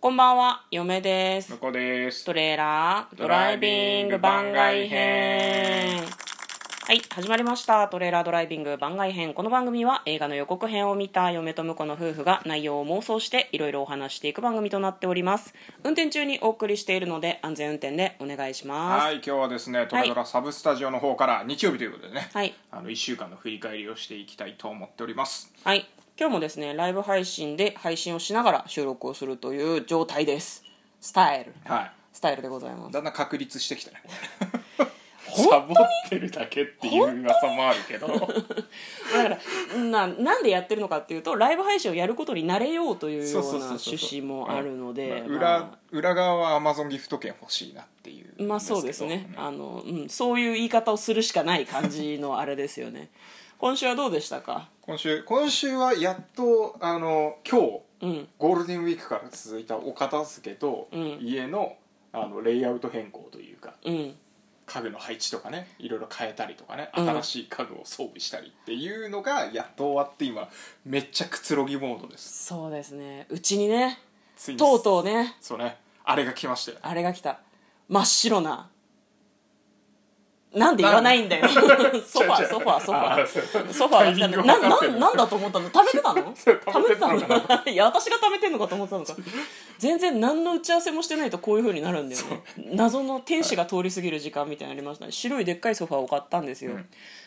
こんばんは、嫁です向。こうですトレーラードライビング番外編。はい、始まりました。トレーラードライビング番外編。この番組は映画の予告編を見た嫁と婿の夫婦が内容を妄想していろいろお話していく番組となっております。運転中にお送りしているので安全運転でお願いします。はい今日はですねトレドラサブスタジオの方から日曜日ということでね、はいあの1週間の振り返りをしていきたいと思っておりますはい、今日もですね、ライブ配信で配信をしながら収録をするという状態です。スタイル。はスタイルでございますい。だんだん確立してきたねサボってるだけっていう噂もあるけどだからななんでやってるのかっていうとライブ配信をやることに慣れようというような趣旨もあるのでうんまあ裏裏側はアマゾンギフト券欲しいなっていうまあそうですねあの、うん、そういう言い方をするしかない感じのあれですよね 今週はどうでしたか今週今週はやっとあの今日うんゴールデンウィークから続いたお片付けとうん家の,、あのレイアウト変更というかうん家具の配置とかねいろいろ変えたりとかねうん新しい家具を装備したりっていうのがやっと終わって今めっちゃくつろぎモードですそうですねうちにねついにとうとうねそうねあれが来ましたよねあれが来た真っ白ななんで言わないんだよ ソファーソファーソファーーソファーが来たタイミンのグな分かなってるんなんだと思ったの食べてたの そう食べてたの食べてたのか いや私が食べてんのかと思ってたのか全然何の打ち合わせもしてないとこういう風になるんだよね謎の天使が通り過ぎる時間みたいになのありましたね白いでっかいソファーを買ったんですよ、うん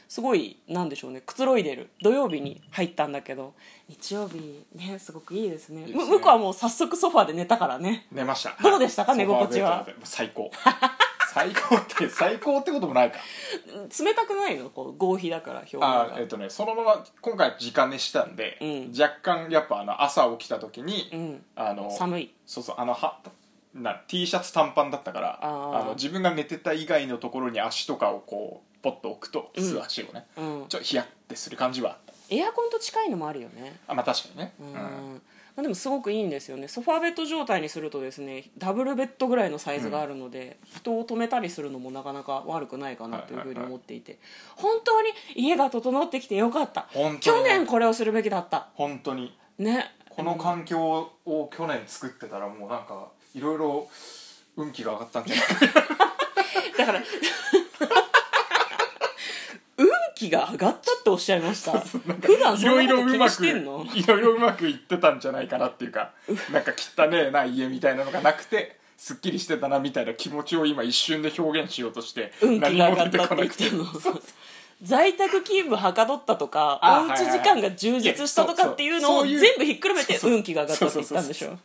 すごいなんでしょうねくつろいでる土曜日に入ったんだけど日曜日ねすごくいいですねいいですむね向こうはもう早速ソファーで寝たからね寝ましたどうでしたかい寝心地はソファーベッドで最高 最高って最高ってこともないか冷たくないのこう合皮だから表面あがーえっとねそのまま今回時間寝したんで、うん若干やっぱあの朝起きた時に、うんあの寒いそうそうあのはな T シャツ短パンだったからあーの自分が寝てた以外のところに足とかをこうポッと置くとうん素足をね、うんちょっとヒヤッてする感じはあったエアコンと近いのもあるよねあまあ確かにね、うんまあ、でもすごくいいんですよねソファーベッド状態にするとですねダブルベッドぐらいのサイズがあるので、人を止めたりするのもなかなか悪くないかなというふうに思っていて、本当に家が整ってきてよかった本当に去年これをするべきだった本当にねこの環境を去年作ってたらもうなんかいろいろ運気が上がったんじゃない かだ から運気が上がったっておっしゃいました普段いそろんいなころとう気まにくしてん のいろいろうまくいってたんじゃないかなっていうかなんか汚ねえな家みたいなのがなくてすっきりしてたなみたいな気持ちを今一瞬で表現しようとして運気が上がったって何も言出っててこんのなくて在宅勤務はかどったとかあおうち時間が充実したとはいかはいっていうのをいやそうそうそういう全部ひっくるめてそうそう運気が上がったって言ったんでしそょ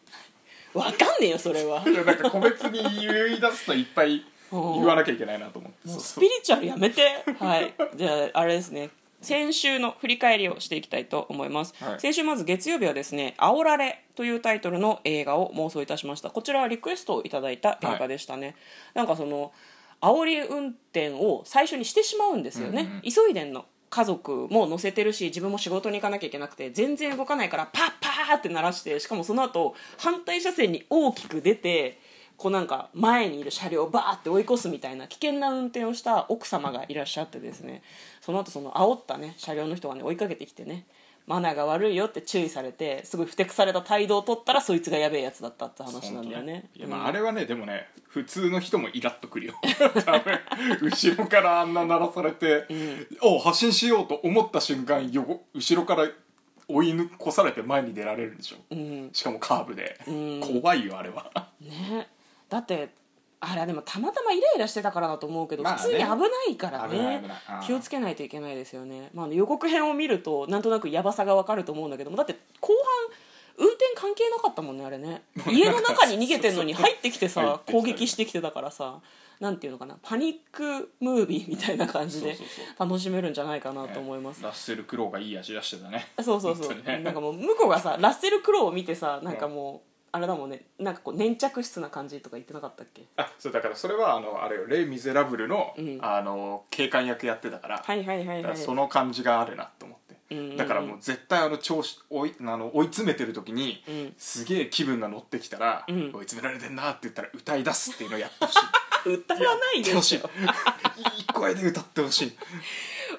わかんねえよそれはいやなんか個別に言い出すといっぱい言わなきゃいけないなと思ってそうスそピうリチュアルやめてはいじゃああれですね先週の振り返りをしていきたいと思います、はい先週まず月曜日はですね「煽られ」というタイトルの映画を妄想いたしましたこちらはリクエストをいただいた映画でしたね、なんかその煽り運転を最初にしてしまうんですよね、うんうん急いでんの家族も乗せてるし自分も仕事に行かなきゃいけなくて全然動かないからパッパーって鳴らしてしかもその後反対車線に大きく出てこうなんか前にいる車両をバーって追い越すみたいな危険な運転をした奥様がいらっしゃってですねその後その煽ったね車両の人がね追いかけてきてねマナーが悪いよって注意されてすごいふてくされた態度を取ったらそいつがやべえやつだったって話なんだよねいやまああれはねでもね普通の人もイラッとくるよ多分後ろからあんな鳴らされて、お発信しようと思った瞬間よこ後ろから追い越されて前に出られるんでしょ、うんしかもカーブで、ん怖いよあれはねだってあれはでもたまたまイライラしてたからだと思うけど、まあね普通に危ないから危ないね危ないあー気をつけないといけないですよね、まあ、あの予告編を見るとなんとなくやばさがわかると思うんだけどもだって後半運転関係なかったもんねあれね家の中に逃げてんのに入ってきて入っさてきたり攻撃してきてたからさなんていうのかなパニックムービーみたいな感じでそうそう楽しめるんじゃないかなと思いますラッセル・クロウがいい味出してたねそうそうそ本う、当になんねかもう向こうがさラッセル・クロウを見てさなんかもう、あれだもんねなんかこう粘着質な感じとか言ってなかったっけあそうだからそれはあのあれよ「レイ・ミゼラブルの」うんあの警官役やってたから、はいはいはいだかはいらその感じがあるなと思って、うんうんうんだからもう絶対あの調子追いあの追い詰めてる時に、うんすげえ気分が乗ってきたら、うん追い詰められてんなって言ったら歌い出すっていうのをやってほしい 歌わないでやってほししいょいい声で歌ってほしい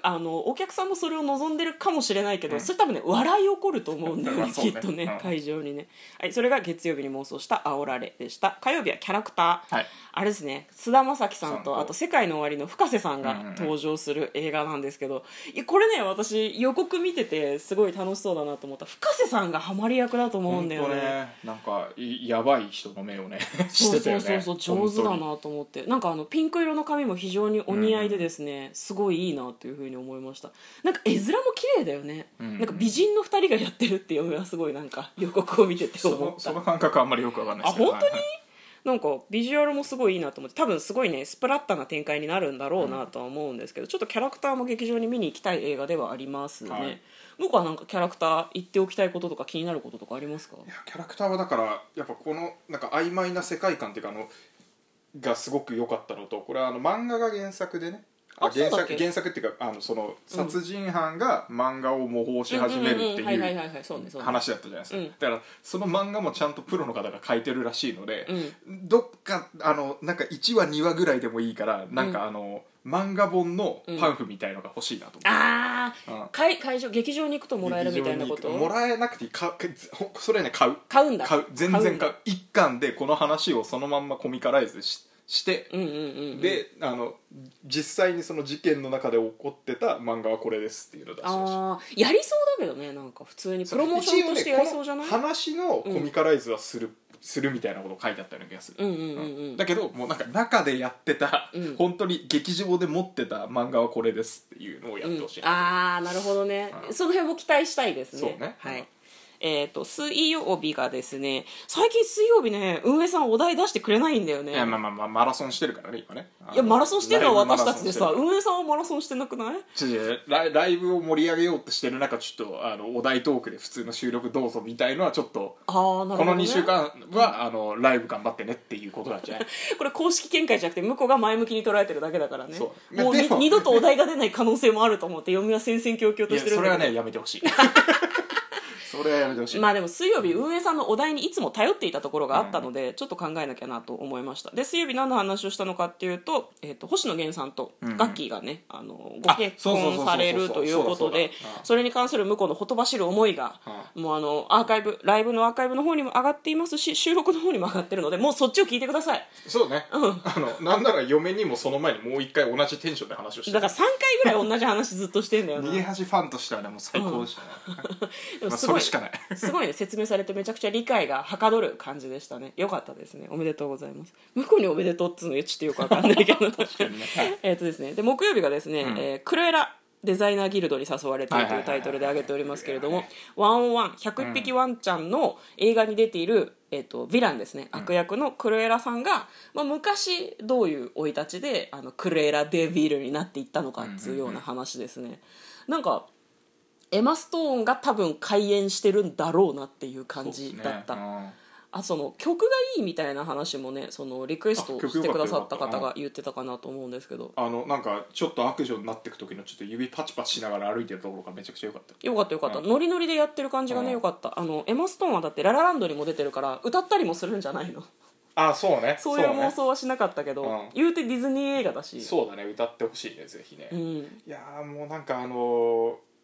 あのお客さんもそれを望んでるかもしれないけど、うんそれ多分ね笑い起こると思うんだよねそうねきっとね、うん会場にね、はい、それが月曜日に妄想した「煽られ」でした火曜日はキャラクター、はいあれですね菅田将暉さんさんととあと「世界の終わり」の深瀬さんうんうんうがん登場する映画なんですけど、いやこれね私予告見ててすごい楽しそうだなと思った深瀬さんがハマり役だと思うんだよほんとねなんかいやばい人の目をね しそうてたそようねそうそう上手だなと思ってなんかあのピンク色の髪も非常にお似合いでですね、すごいいいなというふうに思いましたなんか絵面も綺麗だよね、うんなんか美人の2人がやってるっていうのがすごいなんか 予告を見ててそ思のったその感覚あんまりよくわかんないですけどあ本当にはいはいなんかビジュアルもすごいいいなと思って多分すごいねスプラッタな展開になるんだろうなとは思うんですけど、ちょっとキャラクターも劇場に見に行きたい映画ではありますね、はい僕はなんかキャラクター言っておきたいこととか気になることとかありますかいやキャラクターはだからやっぱこのなんか曖昧な世界観っていうかあのがすごく良かったのとこれはあの漫画が原作でねああ原そうだっけ作原作っていうかあのその殺人犯が漫画を模倣し始めるってうんうんうんはいはいいうはいはいそうねそうね話だったじゃないですか、うんだからその漫画もちゃんとプロの方が書いてるらしいので、うどっかあのなんか1話2話ぐらいでもいいからなんかあの、漫画本のパンフみたいのが欲しいなと思って、あうんあ会会場劇場に行くともらえるみたいなこ劇と場にもらえなくていいかかずほそれはね買う買うんだ買う全買う然んだ買う一巻でこの話をそのまんまコミカライズしして、うんうんうんうんであの実際にその事件の中で起こってた漫画はこれですっていうのを出しましたああやりそうだけどねなんか普通にプロモーションとしてやりそうじゃない、一応ねこの話のコミカライズはする,、するみたいなこと書いてあったような気がすうる、んうんうんうんだけどもうなんか中でやってた、うん本当に劇場で持ってた漫画はこれですっていうのをやってほしい、うん、ああなるほどね、うんその辺も期待したいですねそうねはういんえー、と水曜日がですね最近水曜日ね運営さんお題出してくれないんだよねいやまあまあまあマラソンしてるからね今ねいやマラソンしてるのは私たちでさライブマ運ラソンしてる営さんはマラソンしてなくないちょちょライライブを盛り上げようとしてる中ちょっとあのお題トークで普通の収録どうぞみたいのはちょっと、ああなるほど、ね、この2週間はあのライブ頑張ってねっていうことなんじゃ ない これ公式見解じゃなくて向こうが前向きに捉えてるだけだからねそうもうにでも二度とお題が出ない可能性もあると思って読みは戦々恐々いとやしてるそんれだはけどねやめてほしい それはやめてほしい、まあでも水曜日運営さんのお題にいつも頼っていたところがあったので、ちょっと考えなきゃなと思いましたで水曜日何の話をしたのかっていうと,、えー、と星野源さんとうんうんガッキーがね、あのごあ結そうそうそうそ婚うされるということでそうだそうだうんそれに関する向こうのほとばしる思いが、もうあのアーカイブライブのアーカイブの方にも上がっていますし収録の方にも上がってるのでもうそっちを聞いてくださいそうね、あのなんなら嫁にもその前にもう一回同じテンションで話をしてだからる3回ぐらい同じ話ずっとしてんだよな逃げ恥ファンとしてはねもう最高でしたね、でもまあ、すそごいれしかないすごいね説明されてめちゃくちゃ理解がはかどる感じでしたねよかったですねおめでとうございます向こうにおめでとうっつうのちょっとよくわかんない けどかにねはいえっとですねで木曜日がですね、んえークルエラデザイナーギルドに誘われているというタイトルで挙げておりますけれども「ワンオンワン101匹ワンちゃん」の映画に出ている、えー、とヴィランですね悪役のクルエラさんが、まあ、昔どういう生い立ちであのクルエラ・デ・ヴィルになっていったのかっていうような話ですね。なんかエマ・ストーンが多分開演してるんだろうなっていう感じだった、そうですねうんあその曲がいいみたいな話もねそのリクエストあ曲してくださったよかっ方たよかがった言ってたかなと思うんですけどあのなんかちょっと悪女になってく時のちょっと指パチパチしながら歩いてるところがめちゃくちゃ良かったよかったよかった、うんノリノリでやってる感じがね、うんよかったあのエマ・ストーンはだって「ララランド」にも出てるから歌ったりもするんじゃない のあそうねそういう妄想はしなかったけど、そうねうん言うてディズニー映画だしそうだね歌ってほしいねぜひね、ういん、やーもうなんかあのー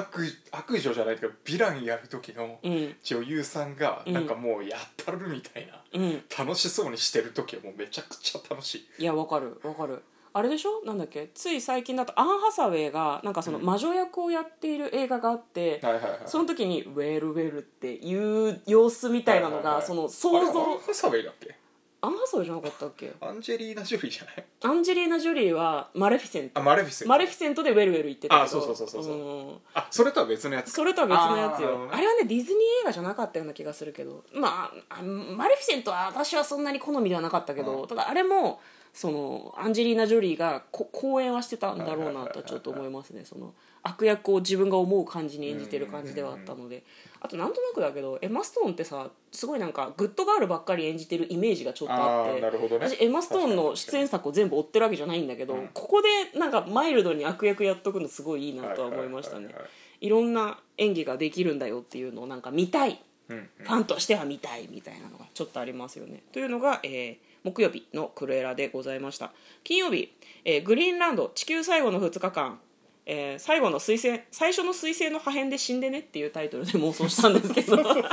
悪悪女じゃないけどヴィランやる時のうん女優さんがうんなんかもうやったるみたいな、うん楽しそうにしてる時はもうめちゃくちゃ楽しいいやわかるわかるあれでしょなんだっけつい最近だとアン・ハサウェイがなんかその魔女役をやっている映画があって、はいはいはいその時に「ウェルウェル」っていう様子みたいなのがその想あれアン像ハサウェイだっけアンハサウェイじゃなかったっけアンジェリーナ・ジョリーじゃないアンジェリーナ・ジョリーはマレフィセントあマレフィセントマレフィセントでウェルウェル言ってたけどあそうそうそうそうそうんあそれとは別のやつそれとは別のやつあーなるほよどねあれはねディズニー映画じゃなかったような気がするけどまああマレフィセントは私はそんなに好みではなかったけど、うただあれもそのアンジェリーナ・ジョリーがこ公演はしてたんだろうなとはちょっと思いますねその悪役を自分が思う感じに演じてる感じではあったのであとなんとなくだけどエマ・ストーンってさすごいなんかグッドガールばっかり演じてるイメージがちょっとあってあーなるほどね私エマ・ストーンの出演作を全部追ってるわけじゃないんだけど、うんここでなんかマイルドに悪役やっとくのすごいいいなとは思いましたねは。いはいはいいろんな演技ができるんだよっていうのをなんか見たいはいうんファンとしては見たいみたいなのがちょっとありますよねというのが、えー木曜日のクルエラでございました金曜日、えーグリーンランド地球最後の2日間えー最後の彗星最初の彗星の破片で死んでねっていうタイトルで妄想したんです けどうんそうそうそ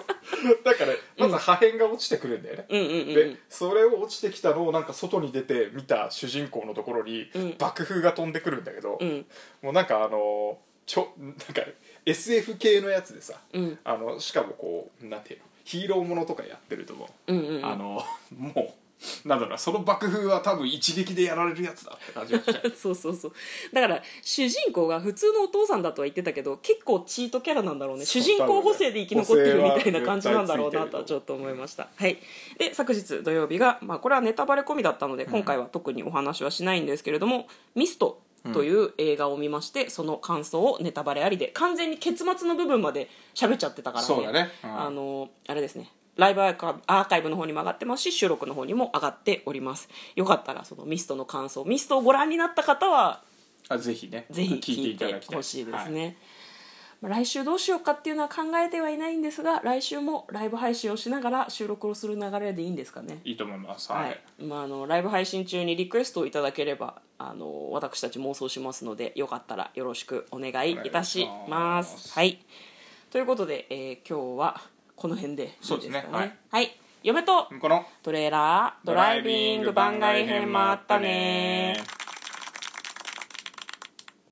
うだからまず破片が落ちてくるんだよね、うんうんうでんそれを落ちてきたのをなんか外に出て見た主人公のところにうん爆風が飛んでくるんだけど、うんもうなんかあのちょなんか SF 系のやつでさ、うんあのしかもこうなんていうのヒーローものとかやってるともう、うんうんあのもうなんだろうなその爆風は多分一撃でやられるやつだって感じが しちゃうそうそうそうだから主人公が普通のお父さんだとは言ってたけど結構チートキャラなんだろうねそ主う人公補正で生き残ってるみたいな感じなんだろうな補正は絶対ついてるとはちょっと思いましたはいで昨日土曜日が、まあ、これはネタバレ込みだったので今回は特にお話はしないんですけれども「ミスト」という映画を見ましてその感想をネタバレありで完全に結末の部分まで喋っちゃってたからねそうだねうんあのあれですねライブアーカアーカイブの方にも上がってますし収録の方にも上がっておりますよかったらそのミストの感想ミストをご覧になった方はあぜひねぜひ聞いてほしいですね、まあ来週どうしようかっていうのは考えてはいないんですが来週もライブ配信をしながら収録をする流れでいいんですかねい、いいと思いますははいい、まあ、あのライブ配信中にリクエストをいただければあの私たち妄想しますのでよかったらよろしくお願いいたしお願まいすしますはい、ということで、えー今日はこの辺でいいですかそうねですねはい、はい、嫁とこのトレーラードドラライイビンビンググ番番外外編も編もああっったたねね